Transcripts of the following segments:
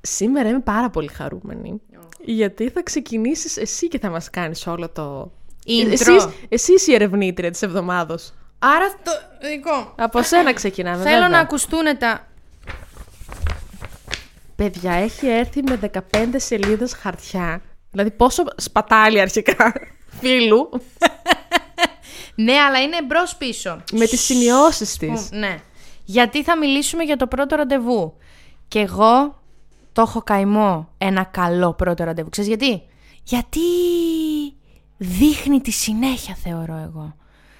Σήμερα είμαι πάρα πολύ χαρούμενη. Γιατί θα ξεκινήσεις εσύ και θα μας κάνεις όλο το... Intro. Εσείς, εσύ είσαι η ερευνήτρια της εβδομάδος. Άρα το δικό. Από σένα ξεκινάμε. Θέλω βέβαια. να ακουστούν τα. Παιδιά, έχει έρθει με 15 σελίδες χαρτιά. Δηλαδή πόσο σπατάλη αρχικά φίλου Ναι, αλλά είναι μπρος πίσω. με τις σημειώσεις της. Ναι. Γιατί θα μιλήσουμε για το πρώτο ραντεβού. Και εγώ το έχω καημό ένα καλό πρώτο ραντεβού. Ξέρεις γιατί? Γιατί δείχνει τη συνέχεια θεωρώ εγώ.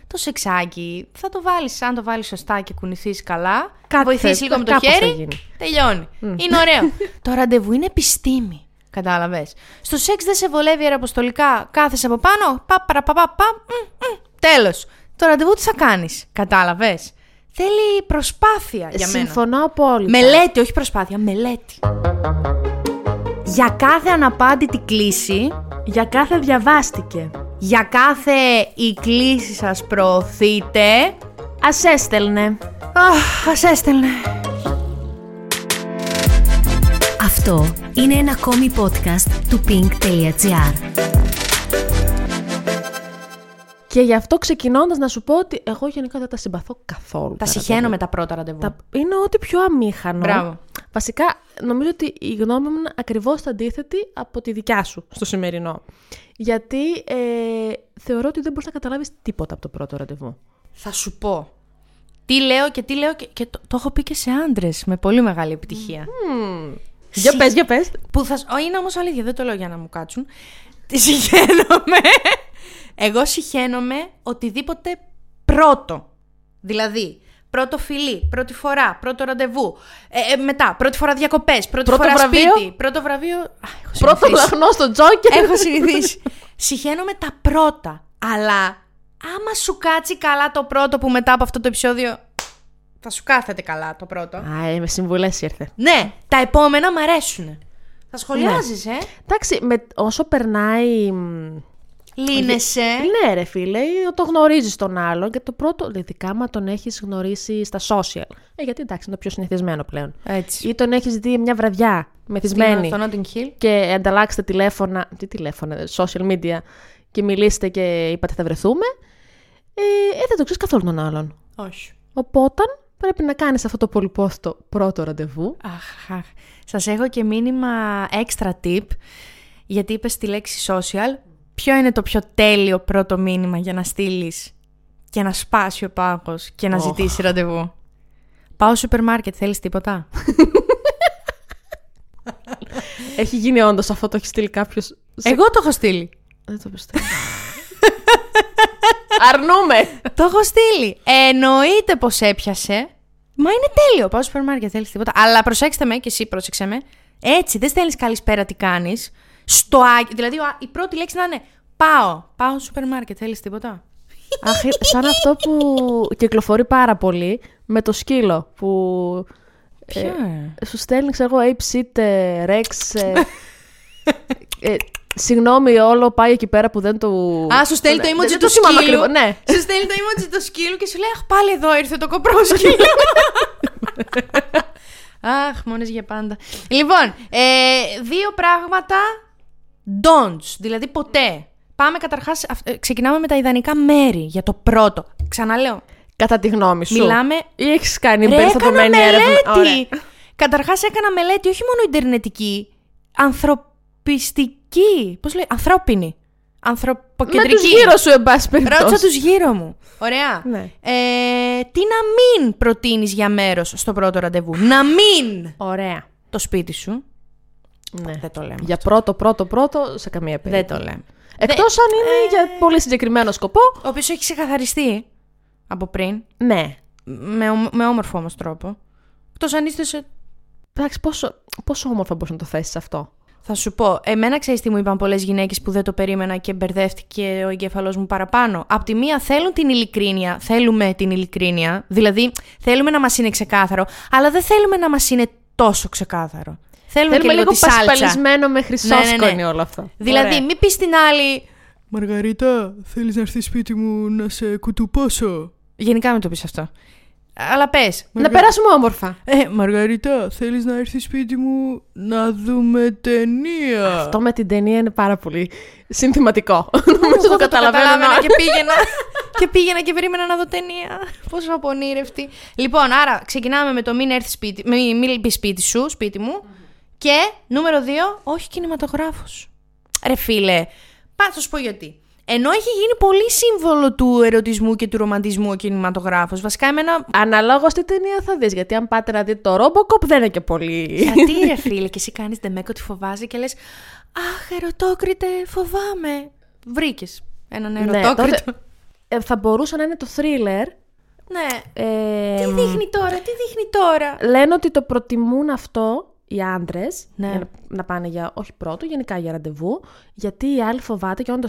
Το σεξάκι θα το βάλεις, αν το βάλεις σωστά και κουνηθείς καλά, Κάτι βοηθείς θα- λίγο με το κάπως θα χέρι, γίνει. τελειώνει. Είναι ωραίο. το ραντεβού είναι επιστήμη. Κατάλαβες. Στο σεξ δεν σε βολεύει αεραποστολικά. Κάθεσαι από πάνω. Πα, παρα, πα, πα, πα, μ, μ. Τέλος. Το ραντεβού τι θα κάνεις. Κατάλαβες. Θέλει προσπάθεια για μένα. Συμφωνώ απόλυτα. Μελέτη, όχι προσπάθεια. Μελέτη. Για κάθε αναπάντητη κλίση, Για κάθε διαβάστηκε. για κάθε η κλίση σας προωθείτε, Ας έστελνε. αχ, ας έστελνε. Αυτό είναι ένα ακόμη podcast του pink.gr. Και γι' αυτό ξεκινώντας να σου πω ότι εγώ γενικά δεν τα συμπαθώ καθόλου. Τα συχαίνω με τα πρώτα ραντεβού. Τα... Είναι ό,τι πιο αμήχανο. Μπράβο. Βασικά, νομίζω ότι η γνώμη μου είναι ακριβώς αντίθετη από τη δικιά σου στο σημερινό. Γιατί ε, θεωρώ ότι δεν μπορείς να καταλάβεις τίποτα από το πρώτο ραντεβού. Θα σου πω. Τι λέω και τι λέω και, και το, το έχω πει και σε άντρες με πολύ μεγάλη επιτυχία. Για πες, για πες. Που θα, σ- Ω, είναι όμως αλήθεια, δεν το λέω για να μου κάτσουν. Τι συχαίνομαι. Εγώ συχαίνομαι οτιδήποτε πρώτο. Δηλαδή, πρώτο φιλί, πρώτη φορά, πρώτο ραντεβού. Ε, ε, μετά, πρώτη φορά διακοπές, πρώτη Πρώτο φορά βραβείο. σπίτι, πρώτο βραβείο. Α, έχω Πρώτο συνηθίσει. λαχνό στον Τζόκερ. Έχω συνηθίσει. Συχαίνομαι τα πρώτα. Αλλά άμα σου κάτσει καλά το πρώτο που μετά από αυτό το επεισόδιο. Θα σου κάθεται καλά το πρώτο. Α, ε, με συμβουλές ήρθε. Ναι, τα επόμενα μ' αρέσουν. Θα σχολιάζεις, ε. Εντάξει, με, όσο περνάει. μ, Λύνεσαι. Ναι, ρε φίλε, το γνωρίζεις τον άλλον και το πρώτο. Ειδικά, άμα τον έχεις γνωρίσει στα social. Ε, γιατί εντάξει, είναι το πιο συνηθισμένο πλέον. Έτσι. Ή τον έχεις δει μια βραδιά μεθυσμένη. Στο Notting Hill. και ανταλλάξετε τηλέφωνα, τι τηλέφωνα, social media και μιλήσετε και είπατε θα βρεθούμε, ε, ε δεν το ξέρεις καθόλου τον άλλον. Όχι. Οπότε πρέπει να κάνεις αυτό το πολυπόθητο πρώτο ραντεβού. Αχ, αχ. Σας έχω και μήνυμα extra tip, γιατί είπες τη λέξη social. Ποιο είναι το πιο τέλειο πρώτο μήνυμα για να στείλεις και να σπάσει ο πάγος και να Οχ. ζητήσει ραντεβού. Πάω σούπερ μάρκετ, θέλεις τίποτα? Έχει γίνει όντως αυτό, το έχει στείλει κάποιος. Εγώ το έχω στείλει. Δεν το πιστεύω. Αρνούμε! το έχω στείλει. Εννοείται πως έπιασε. Μα είναι τέλειο. Πάω στο σούπερ μάρκετ, θέλεις τίποτα. Αλλά προσέξτε με και εσύ πρόσεξε με. Έτσι, δεν στέλνεις καλησπέρα τι κάνεις. Στο άγγι. Δηλαδή, ο α- η πρώτη λέξη να είναι Πάω. Πάω στο σούπερ μάρκετ, θέλεις τίποτα. Αχ, ε, σαν αυτό που κυκλοφορεί πάρα πολύ με το σκύλο που Ποιο, ε? σου στέλνει, ξέρω εγώ, ape sit, ε, rex. ε, ε, συγγνώμη, όλο πάει εκεί πέρα που δεν του. Α, σου στέλνει το Δεν- emoji Ε, Ναι, δεν του θυμάμαι σκύλου. ακριβώς, Ναι. Σου στέλνει το emoji του σκύλου και σου λέει Αχ, πάλι εδώ ήρθε το κοπρόσκυλο. Αχ, μόνες για πάντα. Λοιπόν, ε, δύο πράγματα don'ts, δηλαδή ποτέ. Πάμε καταρχάς, αυ- ε, ξεκινάμε με τα ιδανικά μέρη για το πρώτο. Ξαναλέω, Κατά τη γνώμη σου. μιλάμε... Ή έχεις κάνει Ρε, έκανα περιστατωμένη έρευνα. Ωραία. μελέτη! Καταρχάς έκανα μελέτη, όχι μόνο ιντερνετική, ανθρωπιστική, πώς λέει, ανθρώπινη. Με τους Ανθρωποκεντρική. γύρω σου, εν πάση περιπτώσει. Ρώτησα τους γύρω μου. Ωραία. Ναι. Ε, τι να μην προτείνεις για μέρος στο πρώτο ραντεβού. Να μην Ωραία. το σπίτι σου. Ναι. Δεν το λέμε. Για πρώτο, πρώτο, πρώτο, σε καμία περίπτωση. Δεν το λέμε. Ναι. Ε. Εκτό αν είναι για πολύ συγκεκριμένο σκοπό. Ο οποίος έχει ξεκαθαριστεί από πριν. Ναι. Με, ομ- με όμορφο όμως τρόπο. Εκτός αν είστε σε. Εντάξει, πόσο, πόσο όμορφα μπορείς να το θέσεις αυτό. Θα σου πω, εμένα ξέρεις τι μου είπαν πολλές γυναίκες που δεν το περίμενα και μπερδεύτηκε ο εγκέφαλός μου παραπάνω. Απ' τη μία θέλουν την ειλικρίνεια, θέλουμε την ειλικρίνεια, δηλαδή θέλουμε να μας είναι ξεκάθαρο, αλλά δεν θέλουμε να μας είναι τόσο ξεκάθαρο. Θέλουμε, Θέλουμε και λίγο, λίγο τη σάλτσα. πασπαλισμένο με χρυσόσκονη Ναι, ναι, ναι. όλο αυτό. Δηλαδή, μην πει στην άλλη. Μαργαρίτα, θέλεις να έρθεις σπίτι μου να σε κουτουπώσω. Γενικά μην το πεις αυτό. Αλλά πες. Να περάσουμε όμορφα. Ε, Μαργαρίτα, θέλεις να έρθεις σπίτι μου να δούμε ταινία. Αυτό με την ταινία είναι πάρα πολύ συνθηματικό. Ε, Εγώ Νομίζω το καταλαβαίνω. ναι. καταλάβαινα και πήγαινα. και πήγαινα και περίμενα να δω ταινία. Πόσο απονήρευτη. Λοιπόν, άρα ξεκινάμε με το μην έρθεις σπίτι, μην, μην λείπεις σπίτι σου, σπίτι μου. Και νούμερο 2, όχι κινηματογράφος. Ρε φίλε, πά, θα σου πω γιατί. Ενώ έχει γίνει πολύ σύμβολο του ερωτισμού και του ρομαντισμού ο κινηματογράφος, βασικά εμένα Αναλόγως τι ταινία θα δεις. Γιατί αν πάτε να δείτε το Robocop δεν είναι και πολύ. Γιατί ρε φίλε, και εσύ κάνεις ντεμέκο τη φοβάζει και λες «Αχ, ερωτόκριτε, φοβάμαι». Βρήκες έναν Ναι, ερωτόκριτο. τότε- Ε, θα μπορούσε να είναι το thriller. Ναι. Ε, Τι δείχνει τώρα, τι δείχνει τώρα. λένε ότι το προτιμούν αυτό οι άντρες. Ναι. Να, να πάνε για, όχι πρώτο, γενικά για ραντεβού. Γιατί οι άλλοι φοβάται και όντως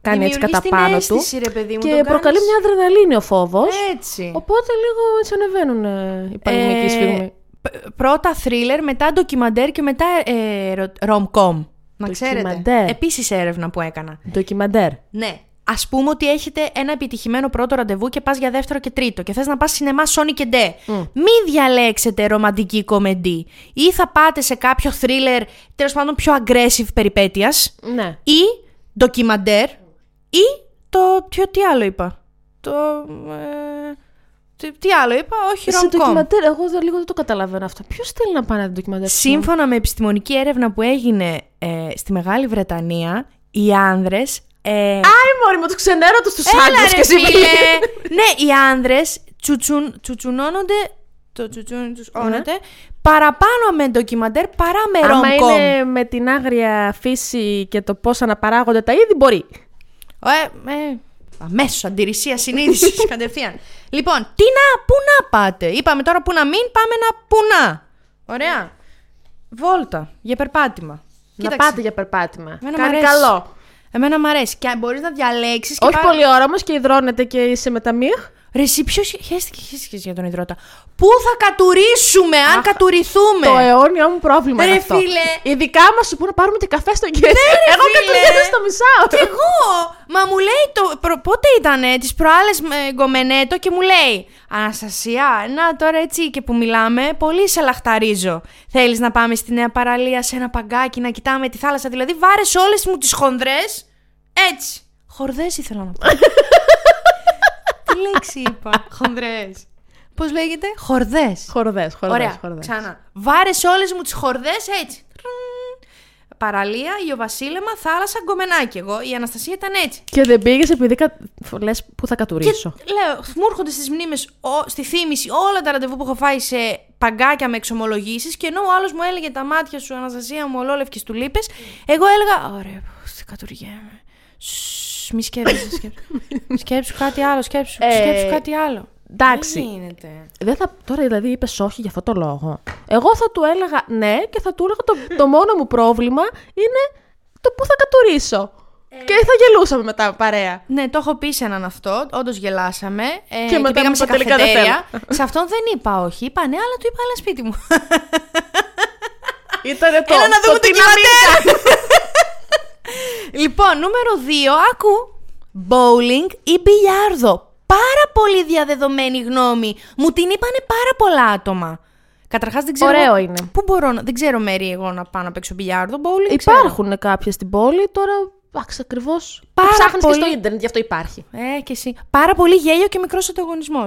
κάνει έτσι κατά Δημιουργείς την πάνω του. αίσθηση, ρε παιδί μου, και τον προκαλεί κάνεις- μια αδρεναλίνη ο φόβος. Έτσι. Οπότε λίγο έτσι ανεβαίνουν ε, οι πανημικοί Ε, σφίγμοι. π- Πρώτα θρίλερ, μετά ντοκιμαντέρ και μετά ε, ρο- rom-com. Να ξέρετε. Ντοκιμαντέρ. Επίσης έρευνα που έκανα. Ντοκιμαντέρ. Ναι. Ας πούμε ότι έχετε ένα επιτυχημένο πρώτο ραντεβού και πας για δεύτερο και τρίτο και θες να πας σινεμά Sony και Ντε. Μην διαλέξετε ρομαντική κομεντή. Ή θα πάτε σε κάποιο thriller τέλος πάντων πιο aggressive περιπέτειας. Ναι. Ή ντοκιμαντέρ. Ή το. Τι, τι άλλο είπα. Το. ε, τι, τι άλλο είπα, όχι Σε rom-com. ντοκιμαντέρ, εγώ δεν- λίγο δεν το καταλαβαίνω αυτό. Ποιος θέλει να πάει να δει ντοκιμαντέρ. Σύμφωνα με επιστημονική έρευνα που έγινε ε, στη Μεγάλη Βρετανία, οι άνδρες ε, Άι, μωρή μου, του ξενέρω τους τους Έλα άντρες ρε και εσύ φίλε! ναι, οι άνδρες τσουτσουν, τσουτσουνώνονται, το τσουτσούν τσουτσώνεται, παραπάνω με ντοκιμαντέρ παρά με Ναι. Άμα ρομκομ. είναι με την άγρια φύση και το πώς αναπαράγονται τα είδη, μπορεί. Ε, ε, αμέσως, αντιρρησία συνείδησης κατευθείαν. Λοιπόν, τι να, πού να πάτε. Είπαμε τώρα που να μην, πάμε να πού να. Ωραία. Βόλτα για περπάτημα. Να Κοίταξε. πάτε για περπάτημα. Εμένα μ' Κάνει αρέσει. καλό. Εμένα μου αρέσει. Και μπορείς να διαλέξεις. Όχι πολύ ώρα όμως και υδρώνεται και είσαι με τα μύχ. Ρε, εσύ ποιος χαίστηκε, χαίστηκε για τον υδρότα. Πού θα κατουρίσουμε, αν Αχ, κατουριθούμε. Το αιώνιό μου πρόβλημα Ναι. Ρε είναι αυτό. φίλε. Ναι, Ειδικά άμα σου πού να πάρουμε και καφέ στο κέντρο. ρε Εγώ φίλε. κατουργένω στο Κι μισάωρο. εγώ! Μα μου λέει το. προ- πότε ήταν τις προάλλες ε, γκομενέτο και μου λέει Αναστασία, να τώρα έτσι και που μιλάμε, πολύ σε λαχταρίζω. Θέλεις να πάμε στη νέα παραλία σε ένα παγκάκι να κοιτάμε τη θάλασσα. Δηλαδή, βάρες όλες μου τις χονδρές. Έτσι. Χορδές ήθελα να πω. τι λέξη είπα. Χονδρές. Πώς λέγεται, χορδές. Χορδές, χορδές, Ωραία, χορδές. ξανά. Βάρες όλες μου τις χορδές έτσι. Τρουν. Παραλία, Ιωβασίλεμα, θάλασσα, γκομενάκι. Εγώ, η Αναστασία ήταν έτσι. Και δεν πήγες επειδή κα... λες που θα κατουρίσω. Και λέω, μου έρχονται στις μνήμες, στη θύμηση όλα τα ραντεβού που έχω φάει σε παγκάκια με εξομολογήσεις και ενώ ο άλλος μου έλεγε τα μάτια σου, Αναστασία μου, ολόλευκες του λείπε, εγώ έλεγα, Ωραία, τι κατουργέμαι. Σσ, Μη σκέψου, σκέψου. σκέψου κάτι άλλο, σκέψου, Ε, σκέψου κάτι άλλο. εντάξει. Δεν γίνεται. Δεν θα... Τώρα δηλαδή είπες όχι για αυτό το λόγο. Εγώ θα του έλεγα ναι και θα του έλεγα το, το μόνο μου πρόβλημα είναι το που θα κατουρίσω. Και θα γελούσαμε μετά παρέα. Ναι, το έχω πει σε έναν αυτό. Όντως γελάσαμε. Ε, μετά μου πήγαμε είπα, σε «Τελικά δεν καφετέρια. σε αυτόν δεν είπα όχι. Είπα ναι, αλλά του είπα έλα σπίτι μου. Ήτανε το. έλα να το δούμε την τι να μην- κυματέρα. λοιπόν, νούμερο 2. Άκου. Bowling ή μπιλιάρδο. Πάρα πολύ διαδεδομένη γνώμη. Μου την είπανε πάρα πολλά άτομα. Καταρχάς δεν ξέρω. Ωραίο είναι. Πού μπορώ να. Δεν ξέρω μέρη εγώ να πάω να παίξω μπιλιάρδο. Bowling ξέρω. Υπάρχουν κάποια στην πόλη, τώρα εντάξει, ακριβώς. Πάρα Ψάχνεις και πολύ. στο ίντερνετ, γι' αυτό υπάρχει. Ε, και εσύ. Πάρα πολύ γέλιο και μικρός ανταγωνισμός.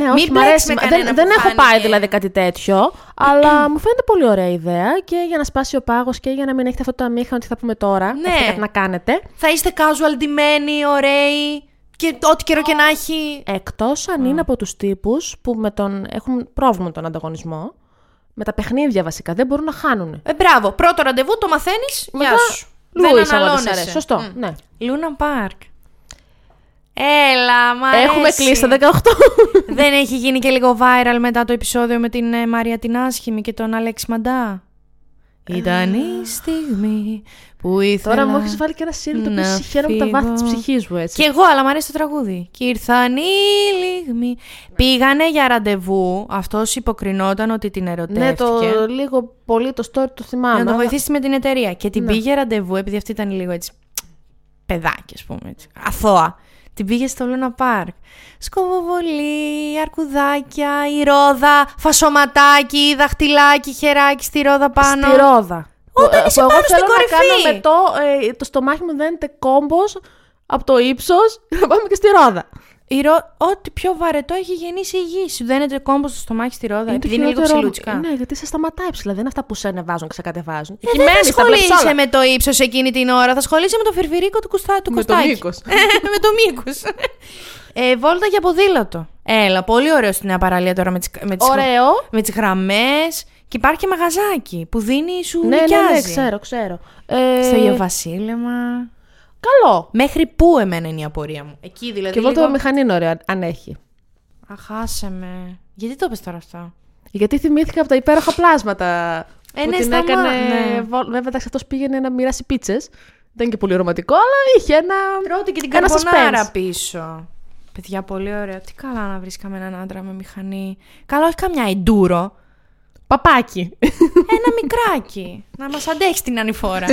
Ναι, όχι, Μην μ' αρέσει. μπλέξεις με μα- κανένα Δεν, δεν που έχω φάνηκε. πάει δηλαδή κάτι τέτοιο, αλλά μου φαίνεται πολύ ωραία ιδέα και για να σπάσει ο πάγος και για να μην έχετε αυτό το αμήχανο ότι θα πούμε τώρα. Ναι. έχετε κάτι να κάνετε. Θα είστε casual ντυμένοι, ωραίοι και ό,τι καιρό και να έχει. Εκτός αν είναι από τους τύπους που με τον, έχουν πρόβλημα με τον ανταγωνισμό. Με τα παιχνίδια βασικά δεν μπορούν να χάνουν. Ε, μπράβο. Πρώτο ραντεβού το μαθαίνεις. Γεια σου. Λούις, άμα δεν σ' αρέσει. Σωστό. Ναι. Λούνα Πάρκ. Έλα, μα. Έχουμε κλείσει τα 18. Δεν έχει γίνει και λίγο viral μετά το επεισόδιο με την ε, Μαρία την Άσχημη και τον Αλέξη Μαντά. Ήταν η στιγμή που ήθελα. Τώρα μου έχεις βάλει και ένα σύνδεσμο να που συγχαίρω με τα βάθη της φύγω. ψυχής μου έτσι. Κι εγώ, αλλά μου αρέσει το τραγούδι. Κι ήρθαν οι λιγμοί. Πήγανε για ραντεβού. Αυτός υποκρινόταν ότι την ερωτεύτηκε. Ναι, το λίγο πολύ το story το θυμάμαι. Για να το αλλά- βοηθήσει με την Ναι. εταιρεία. Και την πήγε ραντεβού, επειδή αυτή ήταν λίγο έτσι. παιδάκι, ας πούμε. Έτσι, αθώα. Την πήγε στο Λούνα Πάρκ. Σκοβοβολή, αρκουδάκια, η ρόδα, φασωματάκι, δαχτυλάκι, χεράκι στη ρόδα πάνω. Στη ρόδα. Όταν Που- είσαι που πάνω εγώ στην θέλω κορυφή. Να κάνω με το, ε, το στομάχι μου δένεται κόμπος από το ύψος να πάμε και στη ρόδα. Η ρο- Ό,τι πιο βαρετό έχει γεννήσει η γη. Σου δένεται κόμπο στο στομάχι στη ρόδα. το επειδή είναι λίγο χειρότερό μου. ψηλούτσικα. Ναι, γιατί σε σταματάει ψηλά. Δεν είναι αυτά που σε ανεβάζουν και σε κατεβάζουν. Ε, δεν θα ασχολείσαι με το ύψος εκείνη την ώρα. Θα ασχολείσαι με το φιρφυρίκο του, κουστά, του Με το κουστάκι. μήκος. Ε, με το μήκος. Ε, βόλτα για ποδήλατο. Έλα, πολύ ωραίο στη Νέα Παραλία τώρα με τις, με τις, Ωραίο. με τις γραμμές. Και υπάρχει και μαγαζάκι που δίνει σου Ναι, ναι, ναι, νοικιάζει. ξέρω, ξέρω. Ε, Στο Ιωβασίλεμα. Καλό. Μέχρι πού εμένα είναι η απορία μου. Εκεί δηλαδή. Και βόλτα λίγο... με μηχανή είναι ωραίο, αν- αν έχει. Αχάσε με. Γιατί το είπες τώρα αυτό. Γιατί θυμήθηκα από τα υπέροχα πλάσματα Ε, που ναι, την σταμά- έκανε. ναι. βο- Βέβαια, εντάξει, αυτός πήγαινε να μοιράσει πίτσες. Δεν είναι και πολύ ρομαντικό, αλλά είχε ένα. Τρώτε και την ένα καρπονάρα suspense. πίσω. Παιδιά, πολύ ωραία. Τι καλά να βρίσκαμε έναν άντρα με μηχανή. Καλά, όχι καμιά εντούρο. Παπάκι. Ένα μικράκι. να μας αντέξει την ανηφόρα.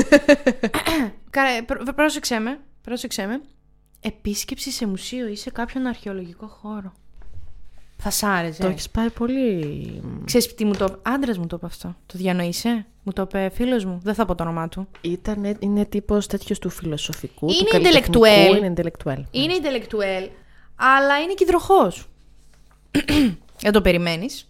Κα- πρό- πρόσεξέ με. Πρόσεξέ με. Επίσκεψη σε μουσείο ή σε κάποιον αρχαιολογικό χώρο. Θα σ' άρεσε. Το έχεις πάει πολύ. Ξέρεις τι μου το... Άντρας μου το είπε αυτό. Το διανοείσαι. Μου το είπε φίλος μου. Δεν θα πω το όνομά του. Ήταν, ε, είναι τύπος τέτοιος του φιλοσοφικού. Είναι του καλλιτεχνικού, intellectuel. Είναι intellectual. Είναι intellectual, αλλά είναι και υδροχός. Δεν το περιμένεις.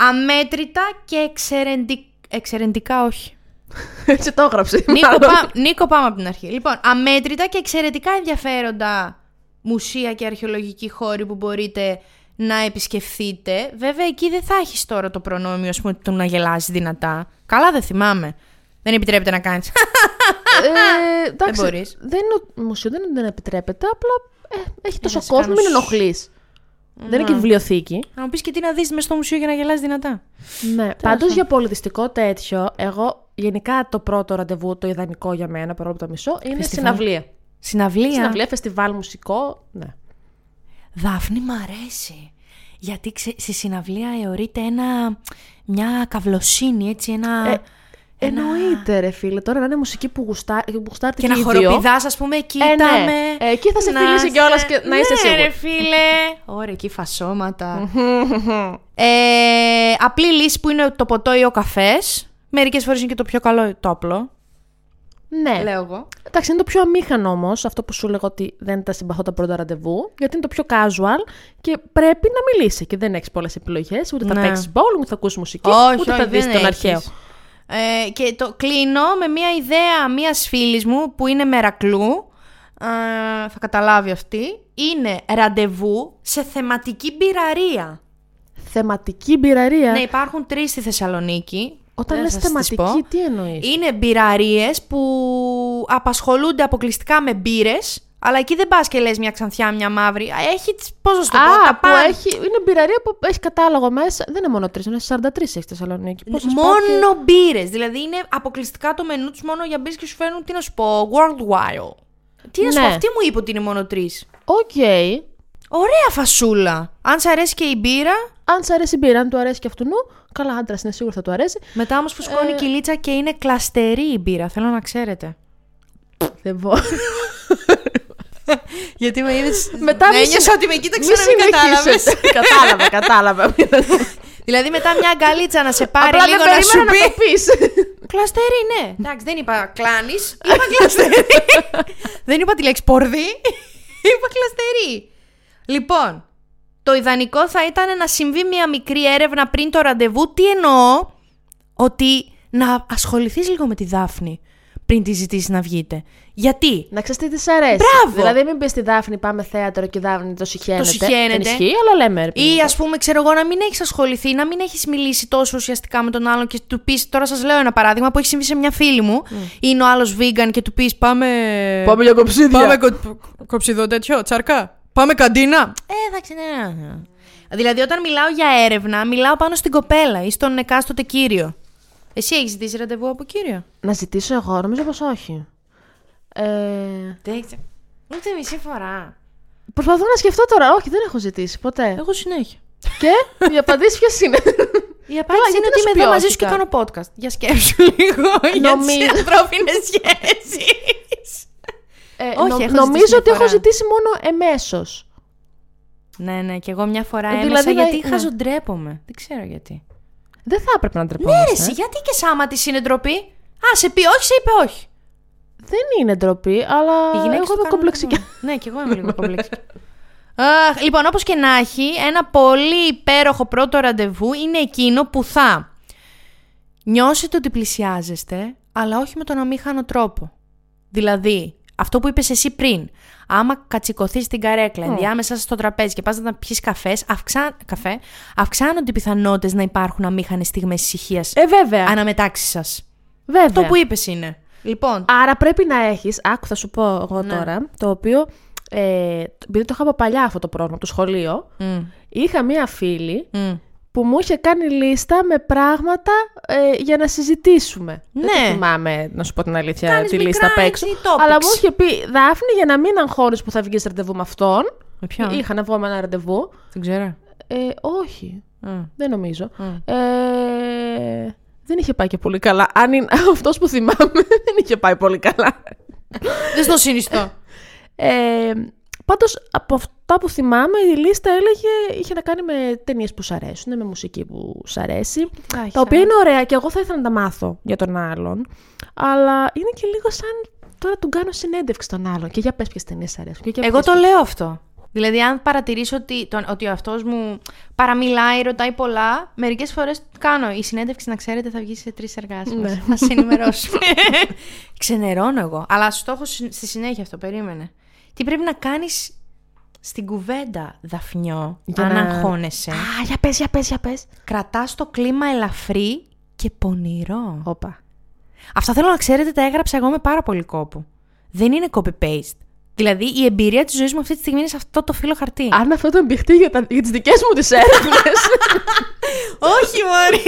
Αμέτρητα και εξαιρεντι- εξαιρετικά όχι. Έτσι το έγραψε. Νίκο, μάλλον. πά- Νίκο, πάμε από την αρχή. Λοιπόν, αμέτρητα και εξαιρετικά ενδιαφέροντα μουσεία και αρχαιολογικοί χώροι που μπορείτε να επισκεφθείτε. Βέβαια, εκεί δεν θα έχεις τώρα το προνόμιο, ας πούμε, του να γελάσει δυνατά. Καλά δεν θυμάμαι. Δεν επιτρέπεται να κάνεις. Ε, εντάξει, Δεν μπορείς. Δεν είναι ο- μουσείο δεν, δεν επιτρέπεται, απλά ε, έχει τόσο σε κόσμο, κάνουν μην σ- ενοχλεί. Δεν είναι και βιβλιοθήκη. να μου πεις και τι να δεις μες στο μουσείο για να γελάσει δυνατά. Ναι. Πάντω για πολιτιστικό τέτοιο, εγώ γενικά το πρώτο ραντεβού, το ιδανικό για μένα, παρόλο που τα μισό, είναι Φεστιβάλ. συναυλία. Συναυλία. Συναυλία, φεστιβάλ μουσικό. Ναι. Δάφνη μ' αρέσει. Γιατί ξε- στη συναυλία αιωρείται ένα, μια καυλοσύνη, έτσι, ένα... Ε, Εννοείται, ρε φίλε, τώρα να είναι μουσική που, γουστά, που γουστάρτε και και να οι δύο. χοροπηδάς, ας πούμε, εκεί Ε, ναι. με... Ε, εκεί θα σε φιλήσει σε- κιόλας και να είσαι Ναι, σίγουρη. ρε φίλε. Ωραία, εκεί φασώματα. ε, απλή λύση που είναι το ποτό ή ο καφές. Μερικές φορές είναι και το πιο καλό το απλό, Ναι. λέω εγώ. Εντάξει, είναι το πιο αμήχανο όμως αυτό που σου λέγω ότι δεν τα συμπαθώ τα πρώτα ραντεβού, γιατί είναι το πιο casual και πρέπει να μιλήσει. Και δεν έχεις πολλές επιλογές, ούτε θα Ναι. παίξεις bowling, ούτε θα ακούσει μουσική, ούτε θα δεις δεν τον έχεις. αρχαίο. Ε, και το κλείνω με μια ιδέα μια φίλης μου που είναι μερακλού. Ε, θα καταλάβει αυτή. Είναι ραντεβού σε θεματική μπειραρία. Θεματική μπειραρία. Ναι, υπάρχουν τρεις στη Θεσσαλονίκη. Όταν Δεν λες θα σας τις θεματική, πω. τι εννοείς. Είναι μπειραρίες που απασχολούνται αποκλειστικά με μπύρες. Αλλά εκεί δεν πας και λες μια ξανθιά, μια μαύρη. Α, Έχει. τις- Πώς να σου το πω, τα Α, που πάντα. έχει, είναι μπειραρία που έχει κατάλογο μέσα. Δεν είναι μόνο τρεις, είναι 43 έχει στη Θεσσαλονίκη. Πώς σας πάω και- Μόνο μπύρες. Δηλαδή είναι αποκλειστικά το μενού τους μόνο για μπύρες και σου φέρνουν, τι να σου πω, worldwide. Τι να σου Ναι. πω, αυτή μου είπε ότι είναι μόνο τρεις. Οκ. Ωραία φασούλα. Αν σ' αρέσει και η μπύρα, Αν σ' αρέσει η μπύρα, αν του αρέσει και αυτού, καλά άντρας είναι σίγουρα θα του αρέσει. μετά όμως Ε. φουσκώνει κυλίτσα και είναι κλαστερή η μπύρα, θέλω να ξέρετε. Δεν μπορώ. Γιατί με είδες. Μετά μη συνε- ότι με κοίταξε Μη συνεχίσετε. κατάλαβα, κατάλαβα. δηλαδή μετά μια αγκαλίτσα να σε πάρει Απλά λίγο δεν να σου περίμενα πει. να το πεις. Κλαστερή, ναι. Εντάξει, δεν είπα κλάνη. Είπα κλαστερή. δεν είπα τη λέξη πορδί. είπα κλαστερή. Λοιπόν, το ιδανικό θα ήταν να συμβεί μια μικρή έρευνα πριν το ραντεβού. Τι εννοώ, ότι να ασχοληθείς λίγο με τη Δάφνη πριν τη ζητήσει να βγείτε. Γιατί. Να ξέρεις τι της αρέσει. Μπράβο. Δηλαδή, μην πεις στη Δάφνη πάμε θέατρο και η Δάφνη το συχαίνεται. Το συχαίνεται. Δεν ισχύει, αλλά λέμε. ρε παιδί Ή μου. ας πούμε, ξέρω εγώ, να μην έχεις ασχοληθεί, να μην έχεις μιλήσει τόσο ουσιαστικά με τον άλλον και του πεις. Τώρα σας λέω ένα παράδειγμα που έχει συμβεί σε μια φίλη μου. Είναι ο άλλος vegan και του πεις Ναι. Πάμε. Πάμε για κοψίδια. Πάμε κο... κοψιδό τέτοιο, τσαρκά. Πάμε καντίνα. Ε, εντάξει, ναι. Δηλαδή, όταν μιλάω για έρευνα, μιλάω πάνω στην κοπέλα ή στον εκάστοτε κύριο. Εσύ έχεις ζητήσει ραντεβού από κύριο. Να ζητήσω εγώ, νομίζω πως όχι. Ε, Δεν ξέρω. Ούτε μισή φορά. προσπαθώ να σκεφτώ τώρα. Όχι, δεν έχω ζητήσει ποτέ. Εγώ συνέχεια. και οι απαντήσεις ποιε είναι. Η απάντηση γιατί να είναι ότι σου είμαι πει εδώ όχι μαζί σου και κάτι. κάνω podcast. Για σκέψου λίγο. για τις Νομίζω- ανθρώπινες σχέσεις. Ε, Όχι, έχω ζητήσει νομίζω μια ότι έχω φορά. ζητήσει μόνο εμέσως. Ναι, ναι, και εγώ μια φορά Δηλαδή, έμεσα να- γιατί ναι. χαζοντρέπομαι. Δεν ξέρω γιατί. Δεν θα έπρεπε να Ναι, ρε, ντρεπόμαστε. εσύ, γιατί και σάμα της είναι ντροπή. Α, σε πει όχι, σε είπε όχι. Δεν είναι ντροπή, αλλά Οι γυναίκες Ε, εγώ το είμαι κάνουν κομπλεξική. αυτό. Ναι, και εγώ είμαι λίγο κομπλεξική. Αχ, λοιπόν, όπως και να έχει, ένα πολύ υπέροχο πρώτο ραντεβού είναι εκείνο που θα νιώσετε ότι πλησιάζεστε, αλλά όχι με τον αμήχανο τρόπο. Δηλαδή, αυτό που είπες εσύ πριν, άμα κατσικωθείς στην καρέκλα, ενδιάμεσα στο τραπέζι και πας να πιεις καφές, αυξάν... καφέ, αυξάνονται οι πιθανότητες να υπάρχουν αμήχανες στιγμές ησυχίας Ε, βέβαια. αναμετάξεις σας. βέβαια. Αυτό που είπες είναι. Λοιπόν, Άρα πρέπει να έχεις, άκου θα σου πω εγώ Ναι. τώρα, το οποίο. Ε, επειδή το είχα από παλιά αυτό το πρόβλημα, από το σχολείο, μμ, είχα μία φίλη μμ. που μου είχε κάνει λίστα με πράγματα ε, για να συζητήσουμε. Δεν Ναι. το θυμάμαι, να σου πω την αλήθεια, Κάνεις τη μικρά λίστα απ' έξω. έτσι topics. Αλλά μου είχε πει, Δάφνη, για να μην αγχώνεις που θα βγεις ραντεβού με αυτόν. Με ποιον? Είχα να βγω με ένα ραντεβού. Δεν ξέρω. Ε, όχι, Α. δεν νομίζω. Mm. Ε, δεν είχε πάει και πολύ καλά. Αν είναι αυτός που θυμάμαι, δεν είχε πάει πολύ καλά. Δεν στο συνιστώ. Ε, Πάντως, από αυτά που θυμάμαι, η λίστα έλεγε είχε να κάνει με ταινίες που σ' αρέσουν, με μουσική που σ' αρέσει. Τα οποία είναι ωραία και εγώ θα ήθελα να τα μάθω για τον άλλον. Αλλά είναι και λίγο σαν τώρα του κάνω συνέντευξη τον άλλον. Και για πες ποιες ταινίες σ' αρέσουν. Και για Εγώ ποιες το λέω αυτό. Δηλαδή, αν παρατηρήσω ότι, τον, ότι ο αυτός μου παραμιλάει, ρωτάει πολλά, μερικές φορές κάνω. Η συνέντευξη, να ξέρετε, θα βγει σε τρεις εργάσιμε. Ναι. Θα σε ενημερώσουμε. Ξενερώνω εγώ. Αλλά στόχο στη συνέχεια αυτό, περίμενε. Τι πρέπει να κάνεις στην κουβέντα, Δαφνιό, Για αν να- αγχώνεσαι. Α, για πες, για πες, για πες. Κρατάς το κλίμα ελαφρύ και πονηρό. Όπα. Αυτά θέλω να ξέρετε, τα έγραψα εγώ με πάρα πολύ κόπο. Δεν είναι copy-paste. Δηλαδή, η εμπειρία της ζωής μου αυτή τη στιγμή είναι σε αυτό το φύλλο χαρτί. Αν αυτό το μπηχτεί για, τα- για τις δικές μου τις έρευνες. όχι, Μωρή!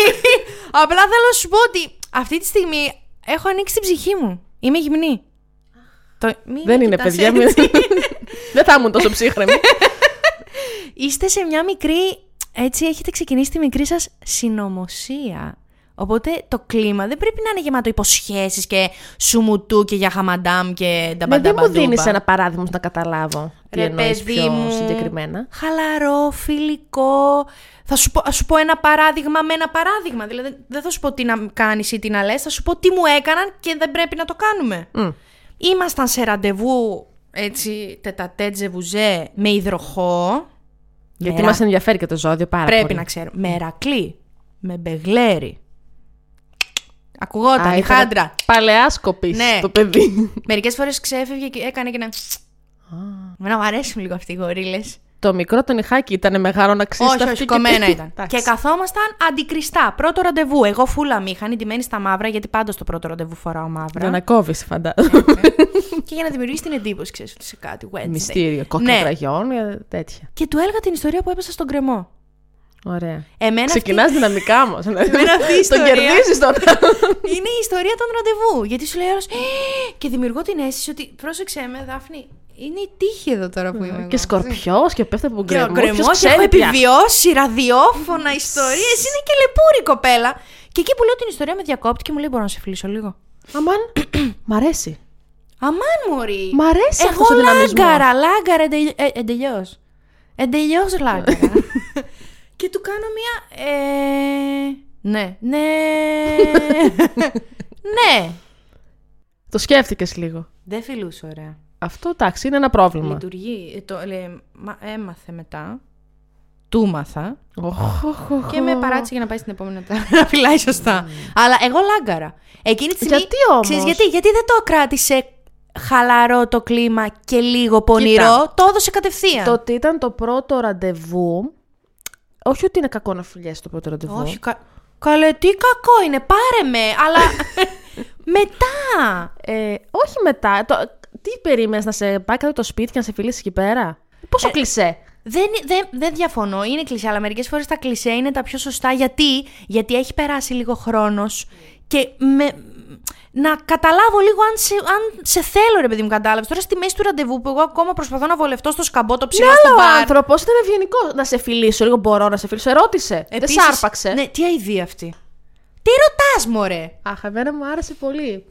Απλά θέλω να σου πω ότι αυτή τη στιγμή έχω ανοίξει την ψυχή μου. Είμαι γυμνή. Το... Μη δεν με είναι, κοιτάς παιδιά. μην- έτσι. δεν θα ήμουν τόσο ψύχρεμη. Είστε σε μια μικρή. Έτσι, έχετε ξεκινήσει τη μικρή σας συνωμοσία. Οπότε το κλίμα δεν πρέπει να είναι γεμάτο υποσχέσεις και σουμουτού και για χαμαντάμ και Μα δεν μου νταμπανταμπαντούμπα. δίνεις ένα παράδειγμα ώστε να καταλάβω τι Ρε, εννοείς παιδί πιο μου. συγκεκριμένα. χαλαρό, φιλικό. Θα σου πω, ας σου πω ένα παράδειγμα με ένα παράδειγμα. Δηλαδή, δεν θα σου πω τι να κάνεις ή τι να λες, θα σου πω τι μου έκαναν και δεν πρέπει να το κάνουμε. Μμ. Ήμασταν σε ραντεβού έτσι τετατέτ ζεβουζέ με υδροχό. Γιατί Μέρα. μας ενδιαφέρει και το ζώδιο πάρα Πρέπει πολύ. να ξέρω. Με Ερακλή. Με Μπεγλέρι. Ακουγόταν Α, η ήθελα χάντρα. Παλαιά σκοπή Ναι. το παιδί. Μερικές φορές ξέφευγε και έκανε και ένα. Εμένα μου αρέσουν λίγο αυτοί οι γορίλες. το μικρό το νυχάκι ήταν μεγάλο να ξύσει Όχι, όχι, κομμένα ήταν. και καθόμασταν αντικριστά. Πρώτο ραντεβού. Εγώ φούλα μήχανη, ντυμένη στα μαύρα, γιατί πάντα στο πρώτο ραντεβού φοράω μαύρα. Για να κόβεις, Ε, φαντάζομαι. και για να δημιουργήσει την εντύπωση, ξέρεις ότι είσαι κάτι. Wednesday. Μυστήριο, κόκκινο Ναι. τραγιόν, ε, τέτοια. Και του έλεγα την ιστορία που έπεσα στον κρεμό. Ωραία. Εμένα Ξεκινάς δυναμικά όμως. Εμένα αυτή η Τον ιστορία- κερδίζεις τον άλλον. αυτή είναι η ιστορία των ραντεβού. Γιατί σου λέει ο άλλος, «Ε, Και δημιουργώ την αίσθηση ότι πρόσεξε με, Δάφνη, είναι η τύχη εδώ τώρα που είμαι. Ε, Και εγώ». σκορπιός και πέφτει από τον Και ο κρεμό. γκρεμό ποιος και έχω ξέρει πια. επιβιώσει ραδιόφωνα, ιστορίες. Είναι και λεπούρη κοπέλα. Και εκεί που λέω την ιστορία με διακόπτει και μου λέει: Μπορώ να σε φιλήσω λίγο. Αμάν, μ' αρέσει. Αμάν μωρή. Μ' αρέσει Εγώ αυτός ο δυναμισμός. λάγκαρα, λάγκαρα εντε- ε, εντελώς. Εντελώς λάγκαρα. και του κάνω μία... Ε, ναι. Ναι. ναι. Το σκέφτηκες λίγο. Δεν φιλούσε ωραία. Αυτό εντάξει, είναι ένα πρόβλημα. Λειτουργεί. ε, Το, ε, μα, έμαθε μετά. Του μάθα. Οχ, οχ, οχ. Και με παράτησε για να πάει στην επόμενη να τα- να φυλάει σωστά. Αλλά εγώ λάγκαρα. Εκείνη τη στιγμή. Γιατί όμως? Ξέρεις Ε, γιατί, γιατί δεν το κράτησε χαλαρό το κλίμα και λίγο πονηρό. Το έδωσε κατευθείαν. Το ότι ήταν το πρώτο ραντεβού. Όχι ότι είναι κακό να φιλιάσει το πρώτο ραντεβού. Όχι, κα... καλέ, τι κακό είναι, πάρε με, αλλά μετά. Ε, όχι μετά. Το, τι περίμενες να σε πάει κάτω το σπίτι και να σε φιλήσει εκεί πέρα. Πόσο κλεισέ. Δεν, δεν, δεν διαφωνώ, είναι κλισέ, αλλά μερικές φορές τα κλισέ είναι τα πιο σωστά. Γιατί, γιατί έχει περάσει λίγο χρόνος και με, να καταλάβω λίγο αν σε, αν σε θέλω, ρε παιδί μου, κατάλαβες. Τώρα στη μέση του ραντεβού που εγώ ακόμα προσπαθώ να βολευτώ στο σκαμπό, το ψηλό στο Άλλο Ναι, ο μπαρ. άνθρωπος ήταν ευγενικό. Να σε φιλήσω, λίγο μπορώ να σε φιλήσω. Ρώτησε. Επίσης- Δεν σάρπαξε. Ναι, τι αηδία αυτή. Τι ρωτάς, μωρέ. Αχ, εμένα μου άρεσε πολύ.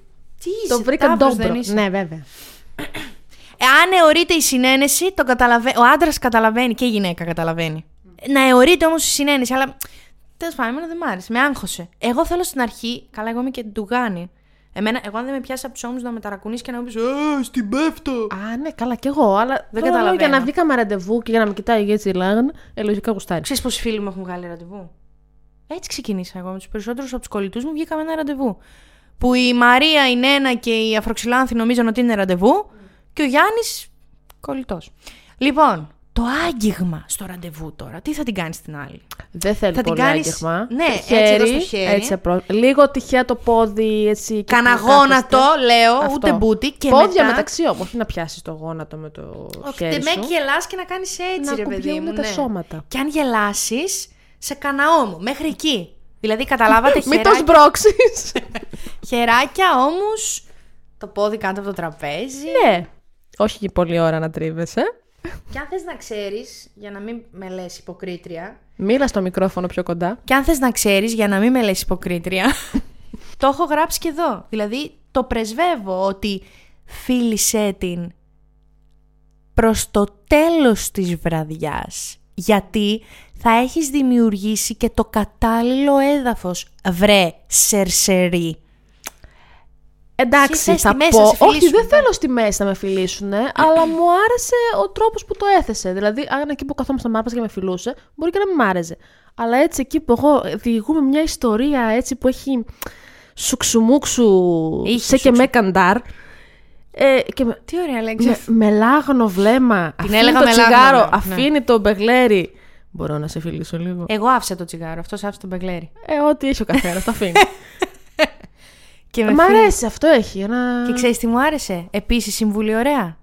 Τι το είσαι, βρήκα ταύρος ντόμπρο. δεν είσαι. Ναι, βέβαια. Αν εωρείται η συνένεση, το καταλαβα... ο άντρας καταλαβαίνει και η γυναίκα καταλαβαίνει. Να εωρείται όμως η συνένεση, αλλά. Τέλος πάντων, εμένα δεν μ' άρεσε. Με άγχωσε. Εγώ θέλω στην αρχή. Καλά, εγώ είμαι και ντουγάνι. Εμένα, εγώ αν δεν με πιάσει από τους ώμους να με ταρακουνήσει και να μου πεις Ε, στην πέφτω. Α, ναι, καλά κι εγώ, αλλά δεν καταλαβαίνω. καταλαβαίνω. Για να βγήκαμε ραντεβού και για να με κοιτάει έτσι η Λάγνα, ε, λογικά γουστάρει. Ξέρεις πόσοι φίλοι μου έχουν βγάλει ραντεβού. Έτσι ξεκινήσα εγώ. Με τους περισσότερους από τους κολλητούς μου βγήκαμε ένα ραντεβού. Που η Μαρία, η Νένα και η Αφροξυλάνθη νομίζαν ότι είναι ραντεβού και ο Γιάννης κολλητός. Λοιπόν, το άγγιγμα στο ραντεβού τώρα, τι θα την κάνεις την άλλη. Δεν θέλει Θα την πολύ κάνεις- άγγιγμα. ναι, Το έτσι εδώ στο χέρι. έτσι απρό- Λίγο τυχαία το πόδι, έτσι. εκεί που Κανα κάθεστε. γόνατο, λέω, Αυτό. ούτε μπούτι. Και Πόδια μετά... μεταξύ όμως, όχι να πιάσεις το γόνατο με το Όχι, χέρι. με σου. γελάς και να κάνεις έτσι, Να ρε παιδί κουμπιώνουν μου. τα ναι. σώματα. Και αν γελάσεις, σε καναό μου, μέχρι εκεί. Δηλαδή, καταλάβατε Μην το χεράκια, σμπρώξεις. χεράκια όμως το πόδι κάτω από το τραπέζι. ναι. Όχι και πολλή ώρα να τρίβεσαι. Και αν θες να ξέρεις, για να μην με λες υποκρίτρια. Μίλα στο μικρόφωνο πιο κοντά. Και αν θες να ξέρεις, για να μην με λες υποκρίτρια. το έχω γράψει και εδώ. Δηλαδή, το πρεσβεύω ότι φίλησέ την προς το τέλος της βραδιάς. Γιατί θα έχεις δημιουργήσει και το κατάλληλο έδαφος. Βρε, σερσερή. Εντάξει, θες θα στη μέση πω. να σε όχι, φιλήσουν, δεν ναι. θέλω στη μέση να με φιλήσουν, αλλά μου άρεσε ο τρόπος που το έθεσε. Δηλαδή, αν εκεί που καθόμουν μάρπα και με φιλούσε, μπορεί και να μην μ' άρεσε. Αλλά έτσι εκεί που εγώ διηγούμε μια ιστορία έτσι που έχει σουξουμούξου Είχε σε και σουξου- με καντάρ. Ε, και με, Τι ωραία λέξη. με, με λάγνο βλέμμα. Την έλεγα το με λάγνο τσιγάρο, βλέμμα, ναι. αφήνει το μπεγλέρι. Μπορώ να σε φιλήσω λίγο. Εγώ άφησα το τσιγάρο, αυτός άφησε τον μπεγκλέρι. Ε, ό,τι έχει ο καθένας, το αφήνει. Και με Μ' φίλησε. αρέσει, αυτό έχει. Ένα... Και ξέρεις τι μου άρεσε. Επίσης, συμβουλή ωραία.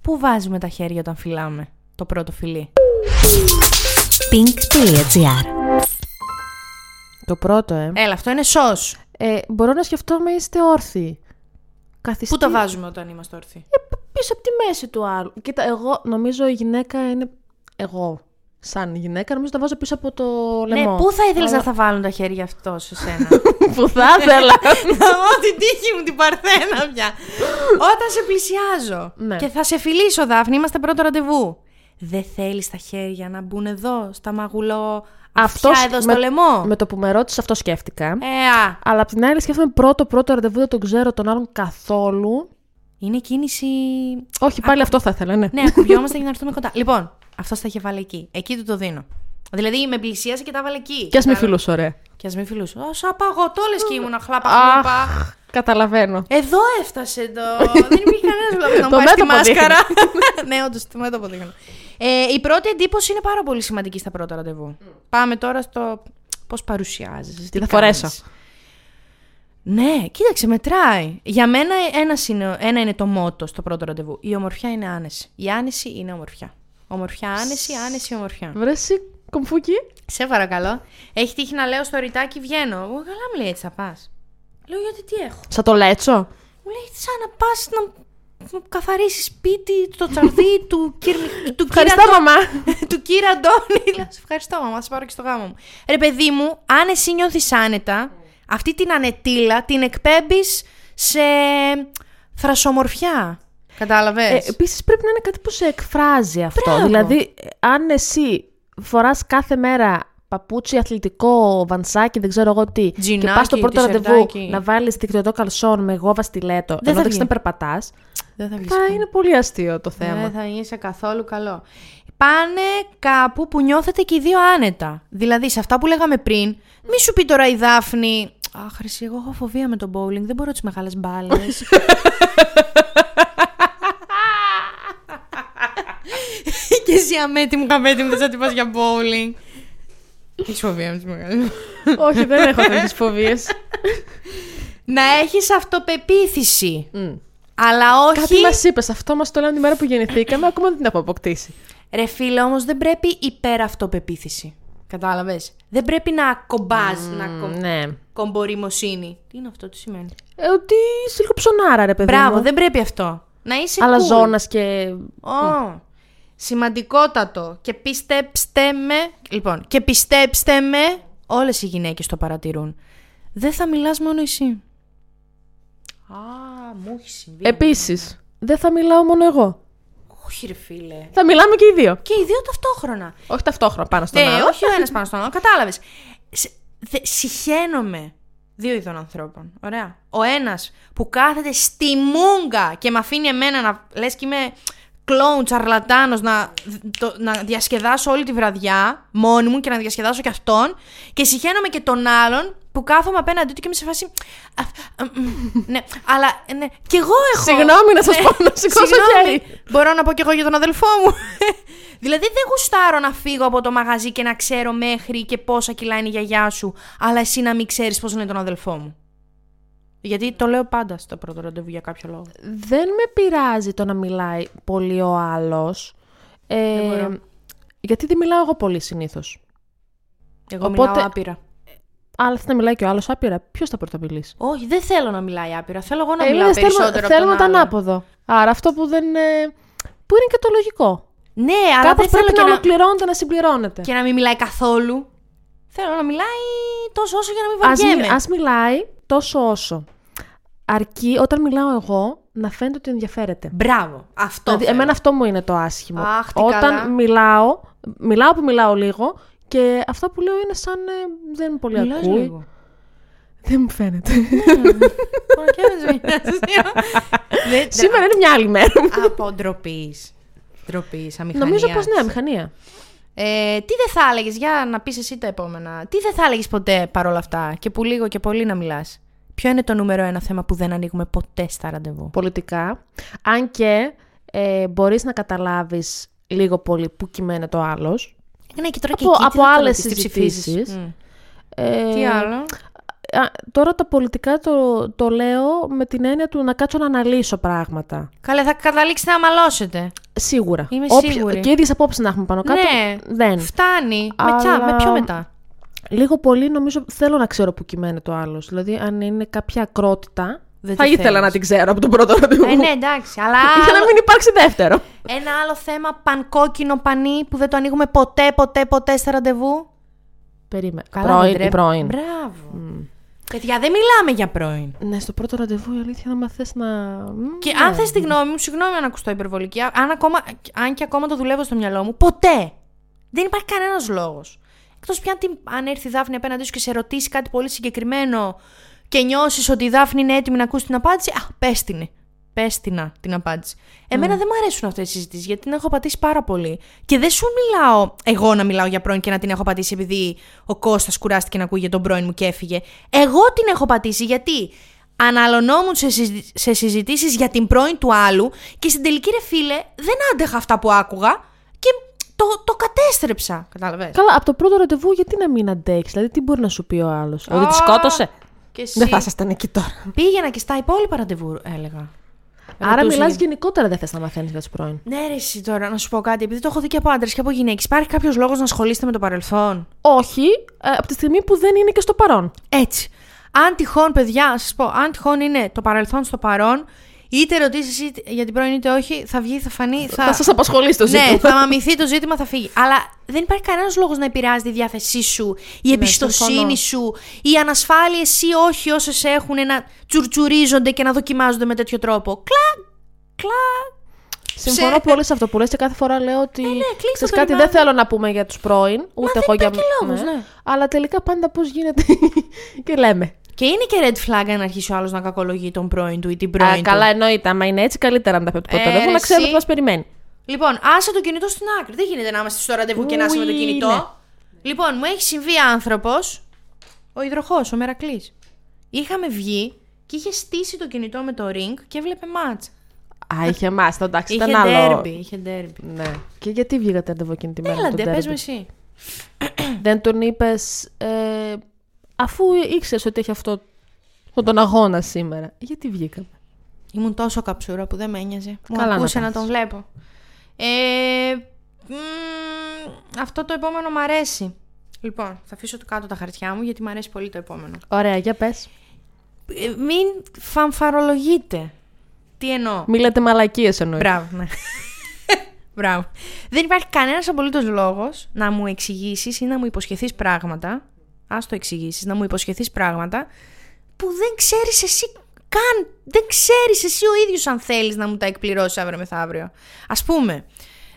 Πού βάζουμε τα χέρια όταν φυλάμε το πρώτο φιλί. pink.gr Το πρώτο, ε. Έλα, αυτό είναι σως. ε. Μπορώ να σκεφτόμαι είστε όρθιοι. Καθιστή. Ε, Πού τα βάζουμε όταν είμαστε όρθιοι. Πίσω από τη μέση του άλλου. Κοίτα, εγώ νομίζω η γυναίκα είναι. Εγώ, σαν γυναίκα, νομίζω τα βάζω πίσω από το λαιμό. Ναι, πού θα ήθελες Αλλά- να τα βάλουν τα χέρια αυτό σε σένα. Που θα ήθελα. Γαμώ την τύχη μου, την παρθένα πια. όταν σε πλησιάζω Ναι. και θα σε φιλήσω, Δάφνη, είμαστε πρώτο ραντεβού. Δεν θέλεις τα χέρια να μπουν εδώ, στα μαγουλό. Αυτό Αυτός εδώ στο λαιμό. Με το που με ρώτησες, αυτό σκέφτηκα. Ε, α. Αλλά απ' την άλλη, σκέφτομαι πρώτο-πρώτο ραντεβού, δεν τον ξέρω τον άλλον καθόλου. Είναι κίνηση Όχι, πάλι αυτό θα ήθελα, ναι. Ναι, ακουμπιόμαστε για να έρθουμε κοντά. Λοιπόν, αυτός τα είχε βάλει εκεί. Εκεί του το δίνω. Δηλαδή με πλησίασε και τα βάλε εκεί. Και α με φιλούσε, ωραία. Και α μην φιλούσε. Α, σαν παγωτό λε και ήμουν χλάπα χλούπα. Αχ, καταλαβαίνω. Εδώ έφτασε το. Δεν υπήρχε κανένας λόγος να Το μου πάρει τη μέτωπο μάσκαρα. ναι, όντως, το μέτωπο δείχνω. Ε, η πρώτη εντύπωση είναι πάρα πολύ σημαντική στα πρώτα ραντεβού. Πάμε τώρα στο πώς παρουσιάζεσαι. Τι, θα κάνεις. φορέσω. Ναι, κοίταξε, μετράει. Για μένα ένας είναι, ένα είναι το μότο στο πρώτο ραντεβού. Η ομορφιά είναι άνεση. Η άνεση είναι ομορφιά. Ομορφιά, άνεση, άνεση, ομορφιά. Βρε εσύ, κομφούκι. Σε παρακαλώ. Έχει τύχει να λέω στο ρητάκι βγαίνω. Εγώ καλά μου λέει έτσι θα πας. Λέω γιατί τι έχω. Σαν το λέτσο. Μου λέει σαν να πα να μου καθαρίσεις σπίτι, το τσαρδί του, κύρ, του κύρα Ευχαριστώ, Αντώ- μαμά. του κύρα Αντώνη. Λέω, Σε ευχαριστώ, μαμά. θα Σε πάρω και στο γάμο μου. Ρε, παιδί μου, αν εσύ νιώθεις άνετα, αυτή την ανετήλα την εκπέμπεις σε θρασομορφιά. Κατάλαβες. Ε, Επίσης πρέπει να είναι κάτι που σε εκφράζει αυτό. Μπράβο. Δηλαδή, ε, αν εσύ φοράς κάθε μέρα παπούτσι αθλητικό, βανσάκι, δεν ξέρω εγώ τι. και Τζινάκι, πας στο πρώτο τισερτάκι. ραντεβού να βάλεις δικτυωτό καλσόν με γόβα στιλέτο. Δεν ενώ θα δεν βγει. να περπατάς. Δεν θα βγεις. Θα είναι πολύ αστείο το θέμα. Δεν θα είσαι καθόλου καλό. Πάνε κάπου που νιώθετε και οι δύο άνετα. Δηλαδή, σε αυτά που λέγαμε πριν, μη σου πει τώρα η Δάφνη. Αχ, Χρυσή, εγώ έχω φοβία με το bowling. Δεν μπορώ τις μεγάλες μπάλες. και εσύ αμέτη μου, καμέτη μου, δεν θα πας για bowling. Έχεις φοβία με τις μεγάλες. Όχι, δεν έχω τέτοιες φοβίες. Να έχεις αυτοπεποίθηση. Αλλά όχι. Κάτι μας είπες, αυτό μας το λένε τη μέρα που γεννηθήκαμε, ακόμα δεν την έχω αποκτήσει. Ρε φίλε, όμως δεν πρέπει υπεραυτοπεποίθηση. Κατάλαβες. Δεν πρέπει να κομπάς, να κομ... Ναι. κομπορημοσύνη. Τι είναι αυτό, τι σημαίνει. Ε, ότι είσαι λίγο ψωνάρα, ρε παιδί. Μπράβο, μου. δεν πρέπει αυτό. Να είσαι Αλλά cool. ζώνα και. Ω, Σημαντικότατο. Και πιστέψτε με. Λοιπόν, και πιστέψτε με. Όλες οι γυναίκες το παρατηρούν. Δεν θα μιλάς μόνο εσύ. Α, μου έχει συμβεί. Επίσης, δεν θα μιλάω μόνο εγώ. Όχι, ρε φίλε. Θα μιλάμε και οι δύο. Και οι δύο ταυτόχρονα. Όχι ταυτόχρονα πάνω στον Ναι, άλλο. όχι ο ένας πάνω στον άλλο. Κατάλαβες. Συχαίνομαι δύο ειδών ανθρώπων. Ωραία. Ο ένας που κάθεται στη μούγκα και με αφήνει εμένα να λες και είμαι κλόουν, τσαρλατάνος, να, το- να διασκεδάσω όλη τη βραδιά μόνη μου και να διασκεδάσω και αυτόν. Και συχαίνομαι και τον άλλον που κάθομαι απέναντί του και είμαι σε φάση. «Α, α, μ, Ναι, αλλά. Ναι, κι εγώ έχω. Ναι. Συγγνώμη να σας πω, να σηκώσω συγγνώμη. χέρι. Μπορώ να πω κι εγώ για τον αδελφό μου. δηλαδή δεν γουστάρω να φύγω από το μαγαζί και να ξέρω μέχρι και πόσα κιλά είναι η γιαγιά σου, αλλά εσύ να μην ξέρεις πώς είναι τον αδελφό μου. Γιατί το λέω πάντα στο πρώτο ραντεβού για κάποιο λόγο. Δεν με πειράζει το να μιλάει πολύ ο άλλος. Δεν μπορώ. γιατί δεν μιλάω εγώ πολύ συνήθως. Εγώ Οπότε- μιλάω άπειρα. Αλλά θα να μιλάει και ο άλλος άπειρα, ποιος θα πρώτα μιλήσει. Όχι, δεν θέλω να μιλάει άπειρα. Θέλω εγώ να Ε, μιλάω εμείς θέλουμε- περισσότερο. από Θέλουμε τον το άλλον. ανάποδο. Άρα αυτό που δεν. ε, που είναι και το λογικό. Ναι, αλλά Κάπως δεν θέλω πρέπει και να να, ολοκληρώνεται, να συμπληρώνεται. και να μην μιλάει καθόλου. Θέλω να μιλάει τόσο όσο για να μην Ας, μι- βαριέμαι. ας μιλάει τόσο όσο. Αρκεί όταν μιλάω εγώ να φαίνεται ότι ενδιαφέρεται. Μπράβο. Αυτό. Δηλαδή, θέλω. εμένα αυτό μου είναι το άσχημο. Αχ, τι όταν καλά. μιλάω, μιλάω που μιλάω λίγο και αυτά που λέω είναι σαν ε, δεν με πολύ Μιλάς ακούει. λίγο. Ναι, Δεν μου φαίνεται. Μπορεί και να σε μοιάζει. Δεν- Ναι, Σήμερα είναι μια άλλη μέρα. Από ντροπής. Ντροπής, αμηχανίας. Νομίζω πως ναι, μηχανία. Ε, τι δεν θα έλεγες, για να πεις εσύ τα επόμενα. Τι δεν θα έλεγες ποτέ παρόλα αυτά και που λίγο και πολύ να μιλάς. Ποιο είναι το νούμερο ένα θέμα που δεν ανοίγουμε ποτέ στα ραντεβού. Πολιτικά. Αν και ε, μπορείς να καταλάβεις λίγο πολύ που κυμαίνεται το άλλο. Ναι, και τώρα και Από- εκεί, τι από θα το άλλες ρωτήσεις, τι ψηφίζεις. συζητήσεις. Μμ. Ε, Τι άλλο. α, τώρα τα πολιτικά το, το λέω με την έννοια του να κάτσω να αναλύσω πράγματα. Καλέ, θα καταλήξετε να μαλώσετε. Σίγουρα. Είμαι Όποιο- σίγουρη. Και ίδιες απόψεις να έχουμε πάνω κάτω. Ναι. Δεν. Φτάνει. Με, τσα, Αλλά- με πιο μετά. Λίγο πολύ νομίζω θέλω να ξέρω που κυμαίνεται το άλλος. Δηλαδή, αν είναι κάποια ακρότητα. Δεν θα τη ήθελα θέλεις. να την ξέρω από τον πρώτο ραντεβού. Ε, ναι, εντάξει. Αλλά Για να μην υπάρξει δεύτερο. ένα άλλο θέμα πανκόκκινο πανί που δεν το ανοίγουμε ποτέ, ποτέ, ποτέ στα ραντεβού. Περίμενα. δεν Πρώην, ή τρέπ- πρώην. Μπράβο. Παιδιά, δεν μιλάμε για πρώην. Ναι, στο πρώτο ραντεβού η αλήθεια να μαθες να. Μμ, Και ναι. αν θες τη γνώμη μου, συγγνώμη αν ακουστώ υπερβολική, αν, ακόμα, αν και ακόμα το δουλεύω στο μυαλό μου, ποτέ. Δεν υπάρχει κανένας λόγος. Εκτός πια αν την- αν έρθει η Δάφνη απέναντί σου και σε ρωτήσει κάτι πολύ συγκεκριμένο και νιώσεις ότι η Δάφνη είναι έτοιμη να ακούσει την απάντηση, α, πες την. Πες την, α, την απάντηση. Εμένα δεν μου αρέσουν αυτές οι συζητήσεις γιατί την έχω πατήσει πάρα πολύ. Και δεν σου μιλάω εγώ να μιλάω για πρώην και να την έχω πατήσει επειδή ο Κώστας κουράστηκε να ακούγε τον πρώην μου και έφυγε. Εγώ την έχω πατήσει γιατί αναλωνόμουν σε, συζη... σε συζητήσεις για την πρώην του άλλου και στην τελική ρε φίλε δεν άντεχα αυτά που άκουγα και το, το κατέστρεψα. Κατάλαβες. Καλά, από το πρώτο ραντεβού γιατί να μην αντέξεις. Δηλαδή, τι μπορεί να σου πει ο άλλος. Ότι Α, τη σκότωσε. Και εσύ. Δεν θα ήσασταν εκεί τώρα. Πήγαινα και στα υπόλοιπα ραντεβού, έλεγα. Άρα, Ρωτούσε μιλάς για- γενικότερα, δεν θες να μαθαίνεις για του πρώην. Ναι, ρε, εσύ τώρα να σου πω κάτι. Επειδή το έχω δει και από άντρες και από γυναίκες, υπάρχει κάποιος λόγος να ασχολείστε με το παρελθόν. Όχι, ε, από τη στιγμή που δεν είναι και στο παρόν. Έτσι. Αν τυχόν, παιδιά, να σας πω, αν τυχόν είναι το παρελθόν στο παρόν, είτε ρωτήσει για την πρώην είτε όχι, θα βγει, θα φανεί. Θα, Θα σας απασχολήσει το ζήτημα. Ναι, θα μαμηθεί το ζήτημα, θα φύγει. Αλλά δεν υπάρχει κανένας λόγος να επηρεάζει τη διάθεσή σου, η εμπιστοσύνη συμφωνώ. σου, οι ανασφάλειε ή όχι όσες έχουν να τσουρτσουρίζονται και να δοκιμάζονται με τέτοιο τρόπο. Κλα, κλα. Συμφωνώ Σε- πολύ σε αυτό που λες και κάθε φορά λέω ότι. Ε, κλείστο ναι, το κάτι, δεν λιμάνι. θέλω να πούμε για τους πρώην, ούτε εγώ για υπάρχει λόγος, ναι. Αλλά τελικά πάντα πώς γίνεται και λέμε. Και είναι και red flag αν αρχίσει ο άλλος να κακολογεί τον πρώην του ή την πρώην Α, του. καλά, εννοείται. Άμα είναι έτσι, καλύτερα να τα φεύγει Ε, ποτέ. ρε, Εγώ να ξέρουμε εσύ. τι μας περιμένει. Λοιπόν, άσε το κινητό στην άκρη. Δεν γίνεται να είμαστε στο ραντεβού και να είσαι με το Ουι, κινητό. ναι. Λοιπόν, μου έχει συμβεί άνθρωπος. Ο υδροχός, ο Μερακλής. Είχαμε βγει και είχε στήσει το κινητό με το ring και έβλεπε μάτσα. Α, είχε εμά, εντάξει, Είχε ήταν άλλο. ντέρμπι, είχε ντέρμπι. Ναι. Και γιατί βγήκατε ραντεβού εκείνη τη μέρα. με Έλαντε, τον πες ντέρμπι? με εσύ. Δεν τον είπες. Ε, αφού ήξερες ότι έχει αυτό αυτόν τον αγώνα σήμερα. Γιατί βγήκαμε. Ήμουν τόσο καψούρα που δεν με ένοιαζε. Μου Καλά να αρκούσε να, κάνεις. τον βλέπω. Ε, μμμ, αυτό το επόμενο μ' αρέσει. Λοιπόν, θα αφήσω του κάτω τα χαρτιά μου γιατί μ' αρέσει πολύ το επόμενο. Ωραία, για πες. Ε, μην φανφαρολογείτε. Τι εννοώ. Μη λέτε μαλακίε εννοεί. Μπράβο, ναι. Μπράβο. Δεν υπάρχει κανένας απολύτως λόγος να μου εξηγήσεις ή να μου υποσχεθείς πράγματα. Ας το εξηγήσεις, να μου υποσχεθείς πράγματα που δεν ξέρεις εσύ καν. Δεν ξέρεις εσύ ο ίδιος αν θέλεις να μου τα εκπληρώσεις αύριο μεθαύριο. Ας πούμε.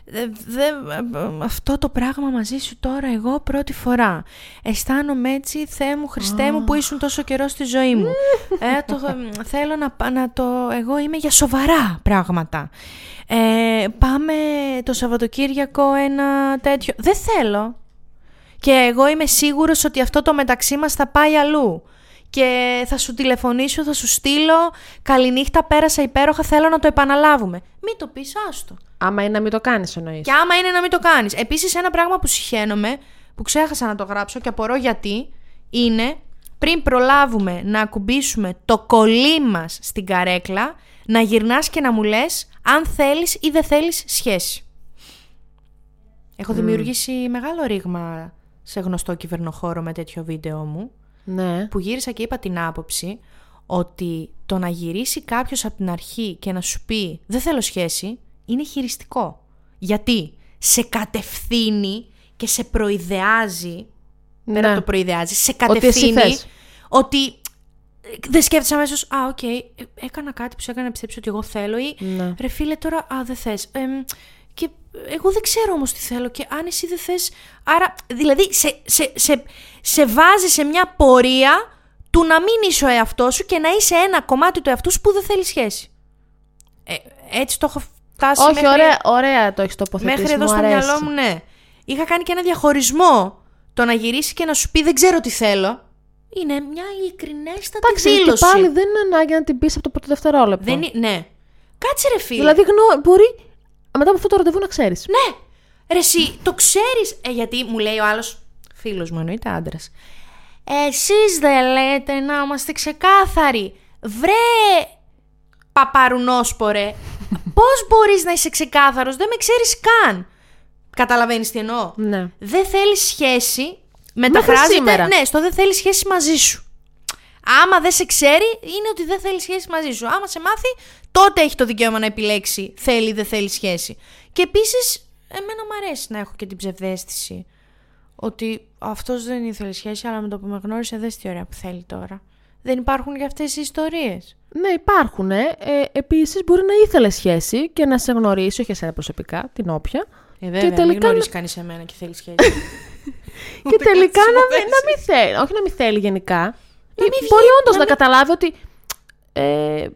δε- δε- αυτό το πράγμα μαζί σου τώρα εγώ πρώτη φορά Αισθάνομαι έτσι Θεέ μου Χριστέ μου που ήσουν τόσο καιρός στη ζωή μου ε, το, Θέλω να, πα- να το Εγώ είμαι για σοβαρά πράγματα ε, Πάμε το Σαββατοκύριακο ένα τέτοιο Δεν θέλω και εγώ είμαι σίγουρος ότι αυτό το μεταξύ μας θα πάει αλλού. Και θα σου τηλεφωνήσω, θα σου στείλω. Καληνύχτα, πέρασα υπέροχα, θέλω να το επαναλάβουμε. Μην το πεις, άστο. Άμα είναι να μην το κάνεις, εννοείς. Και άμα είναι να μην το κάνεις. Επίσης ένα πράγμα που συχαίνομαι, που ξέχασα να το γράψω και απορώ γιατί, είναι πριν προλάβουμε να ακουμπήσουμε το κολλή μας στην καρέκλα, να γυρνάς και να μου λες αν θέλεις ή δεν θέλεις σχέση. Έχω δημιουργήσει μεγάλο ρήγμα σε γνωστό κυβερνοχώρο με τέτοιο βίντεο μου Ναι. που γύρισα και είπα την άποψη ότι το να γυρίσει κάποιος από την αρχή και να σου πει «Δεν θέλω σχέση» είναι χειριστικό. Γιατί σε κατευθύνει και σε προειδεάζει, πέρα Ναι. από το προειδεάζει, σε Ότι εσύ κατευθύνει θες. ότι ε, δεν σκέφτεσαι αμέσως. Α, οκ, ε, έκανα κάτι που σε έκανε να πιστέψεις ότι εγώ θέλω ή Ναι. ρε φίλε τώρα, α, δεν θες. Εμ, και εγώ δεν ξέρω όμως τι θέλω και αν εσύ δεν θες... Άρα, δηλαδή, σε, σε, σε, σε βάζεις σε μια πορεία του να μην είσαι ο εαυτός σου και να είσαι ένα κομμάτι του εαυτού σου που δεν θέλει σχέση. Ε, έτσι το έχω φτάσει Όχι, μέχρι, ωραία, ωραία το έχεις τοποθετήσει. μέχρι εδώ μου στο αρέσει. μυαλό μου, ναι. Είχα κάνει και ένα διαχωρισμό το να γυρίσει και να σου πει δεν ξέρω τι θέλω. Είναι μια ειλικρινέστατη Εντάξει, και δήλωση. πάλι δεν είναι ανάγκη να την πεις από το πρώτο δευτερόλεπτο. Δεν είναι- ναι. Κάτσε ρε φίλε. Δηλαδή, γνω... μπορεί μετά από αυτό το ραντεβού να ξέρεις. Ναι! Ρε εσύ, το ξέρεις! Ε, γιατί μου λέει ο άλλος, φίλος μου εννοείται άντρας. Εσείς δεν λέτε να είμαστε ξεκάθαροι. Βρε παπαρουνόσπορε, πώς μπορείς να είσαι ξεκάθαρος, δεν με ξέρεις καν. Καταλαβαίνεις τι εννοώ. Ναι. Δεν θέλεις σχέση, μεταφράζεται, σήμερα. ναι, στο δεν θέλεις σχέση μαζί σου. Άμα δεν σε ξέρει, είναι ότι δεν θέλει σχέση μαζί σου. Άμα σε μάθει, τότε έχει το δικαίωμα να επιλέξει θέλει ή δεν θέλει σχέση. Και επίσης, εμένα μου αρέσει να έχω και την ψευδέστηση. Ότι αυτός δεν ήθελε σχέση, αλλά με το που με γνώρισε, δεν τι ωραία που θέλει τώρα. Δεν υπάρχουν και αυτές οι ιστορίες. Ναι, υπάρχουν. Ε. Ε, Επίσης, μπορεί να ήθελε σχέση και να σε γνωρίσει, όχι εσένα προσωπικά, την όποια. Ε, βέβαια, μην τελικά γνωρίζει κανείς εμένα και θέλει σχέση. και τελικά να, μην- να μην θέλει. Όχι να μην θέλει γενικά. Ή μην μπορεί βγαίνει, όντως να να, καταλάβει ότι. Ε,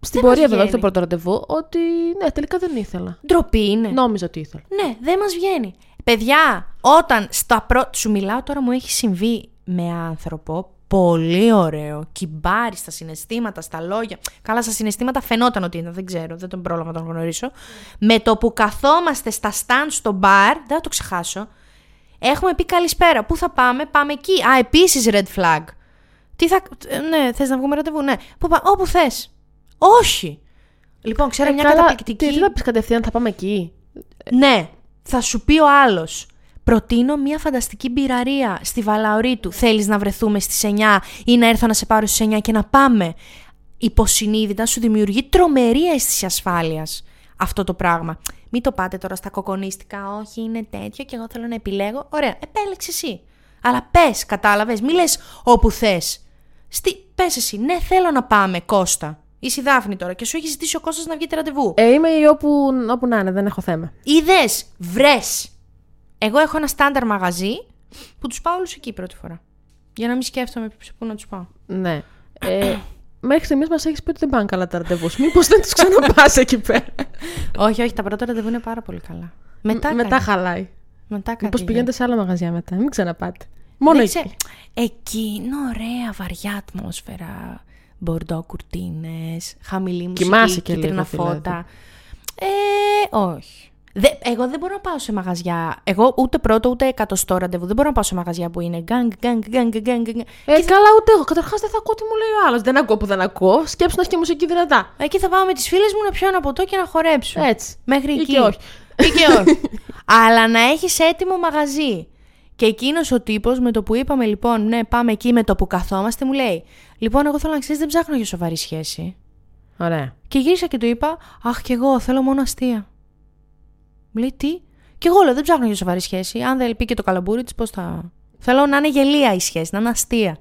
στην Δεν μας πορεία, βέβαια, όχι το βγαίνει. πρώτο ραντεβού, ότι ναι, τελικά δεν ήθελα. Ντροπή είναι. Νόμιζα ότι ήθελα. Ναι, δεν μας βγαίνει. Παιδιά, όταν στα πρώτα... Σου μιλάω τώρα μου έχει συμβεί με άνθρωπο πολύ ωραίο. Κυμπάρι στα συναισθήματα, στα λόγια. Καλά, στα συναισθήματα φαινόταν ότι ήταν, δεν ξέρω, δεν τον πρόλαβα να τον γνωρίσω. Με το που καθόμαστε στα stand στο μπαρ, δεν θα το ξεχάσω. Έχουμε πει καλησπέρα. Πού θα πάμε, πάμε εκεί. Α, επίσης red flag. Τι θα. ε, Ναι, θες να βγούμε ραντεβού, ναι. Πού πα... Όπου θες. Όχι. Λοιπόν, ξέρω Ε, μια Καλά, καταπληκτική. Τι, τι θα πεις κατευθείαν, θα πάμε εκεί. Ναι, θα σου πει ο άλλος. Προτείνω μια φανταστική μπειραρία στη Βαλαωρίτου. Θέλεις να βρεθούμε στις 9 ή να έρθω να σε πάρω στις 9 και να πάμε. Υποσυνείδητα σου δημιουργεί τρομερή αίσθηση ασφάλειας αυτό το πράγμα. Μην το πάτε τώρα στα κοκονίστικα. Όχι, είναι τέτοιο και εγώ θέλω να επιλέγω. Ωραία, επέλεξες εσύ. Αλλά πες, κατάλαβες, μη λες όπου θες. Στη... Πες εσύ, ναι, θέλω να πάμε, Κώστα. Είσαι η Δάφνη τώρα και σου έχει ζητήσει ο Κώστας να βγείτε ραντεβού. Ε, είμαι η όπου, όπου να είναι, δεν έχω θέμα. Είδες, βρες. Εγώ έχω ένα στάνταρ μαγαζί που τους πάω όλους εκεί πρώτη φορά. Για να μην σκέφτομαι σε πού να τους πάω. Ναι. Ε, μέχρι στιγμής μας έχεις πει ότι δεν πάνε καλά τα ραντεβούς. Μήπως δεν τους ξαναπάς εκεί πέρα. όχι, όχι, τα πρώτα ραντεβού είναι πάρα πολύ καλά. Μετά, Μετά μετά, χαλάει. μετά κάτι. Μήπω γίνεται. πηγαίνετε σε άλλα μαγαζιά μετά. Μην ξαναπάτε. Μόνο Δεν εκεί. ξέρω. Εκεί είναι ωραία, βαριά ατμόσφαιρα. Μπορντό κουρτίνες, χαμηλή μουσική, Κοιμάσαι και κίτρινα λίγο, δηλαδή. φώτα. Ε, όχι. Δε- εγώ δεν μπορώ να πάω σε μαγαζιά. Εγώ ούτε πρώτο ούτε εκατοστό ραντεβού. Δεν μπορώ να πάω σε μαγαζιά που είναι γκάγκ, γκάγκ, γκάγκ, γκάγκ. γκάγκ. Ε, καλά, ούτε εγώ. Καταρχάς δεν θα ακούω τι μου λέει ο άλλος. Δεν ακούω που δεν ακούω. Σκέψου να έχει και μουσική δυνατά. Εκεί θα πάω με τις φίλες μου να πιω ένα ποτό και να χορέψω. Έτσι. Μέχρι Ή εκεί. και όχι. Ή και όχι. Αλλά να έχεις έτοιμο μαγαζί. Και εκείνος ο τύπος με το που είπαμε, λοιπόν, ναι, πάμε εκεί με το που καθόμαστε, μου λέει: Λοιπόν, εγώ θέλω να ξέρεις, δεν ψάχνω για σοβαρή σχέση. Ωραία. Και γύρισα και του είπα: Αχ, κι εγώ θέλω μόνο αστεία. Μου λέει: Τι. Κι εγώ λέω: Δεν ψάχνω για σοβαρή σχέση. Αν δεν πει και το καλαμπούρι της, πώς θα. Θέλω να είναι γελία η σχέση, να είναι αστεία.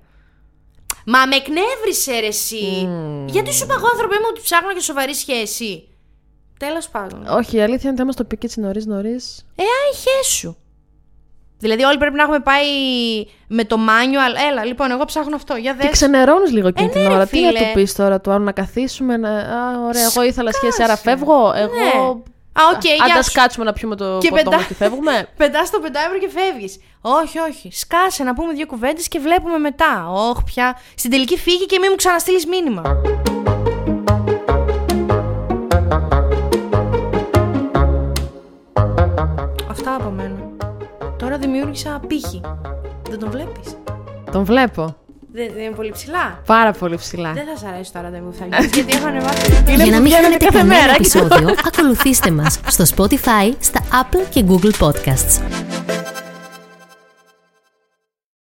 Μα με εκνεύρισε ρε εσύ. Γιατί σου είπα εγώ, άνθρωπε μου, ότι ψάχνω για σοβαρή σχέση. Τέλος πάντων. Όχι, η αλήθεια είναι ότι άμα στο πήκε έτσι νωρίς νωρίς. Ε, άιχέ σου. Δηλαδή, όλοι πρέπει να έχουμε πάει με το μάνιο, αλλά έλα, λοιπόν, εγώ ψάχνω αυτό. Για Και δες. ξενερώνεις λίγο εκείνη Ε, την ναι, ρε, ώρα. Τι να φίλε. του πεις τώρα του άλλου να καθίσουμε. Να... Α, ωραία, εγώ ήθελα σχέση, άρα Σκάσε. φεύγω. Εγώ. Α, οκ, Αν γεια τα σου. σκάτσουμε να πιούμε το Και ποτό πετά- μας και φεύγουμε. Πετάς το πεντάευρο και φεύγεις. Όχι, όχι. Σκάσε να πούμε δύο κουβέντες και βλέπουμε μετά. Όχι, πια. Στην τελική φύγει και μη μου ξαναστείλεις μήνυμα. Αυτά από μένα. Τώρα δημιούργησα πύχη. Δεν τον βλέπεις. Τον βλέπω. Δεν, δεν είναι πολύ ψηλά. Πάρα πολύ ψηλά. Δεν θα σ' αρέσει το ραντεβού που θα γίνεις, γιατί έχω ανεβάσει. Για να μην βγαίνουν χάνετε κάθε κανένα μέρα, επεισόδιο, ακολουθήστε μας στο Spotify, στα Apple και Google Podcasts.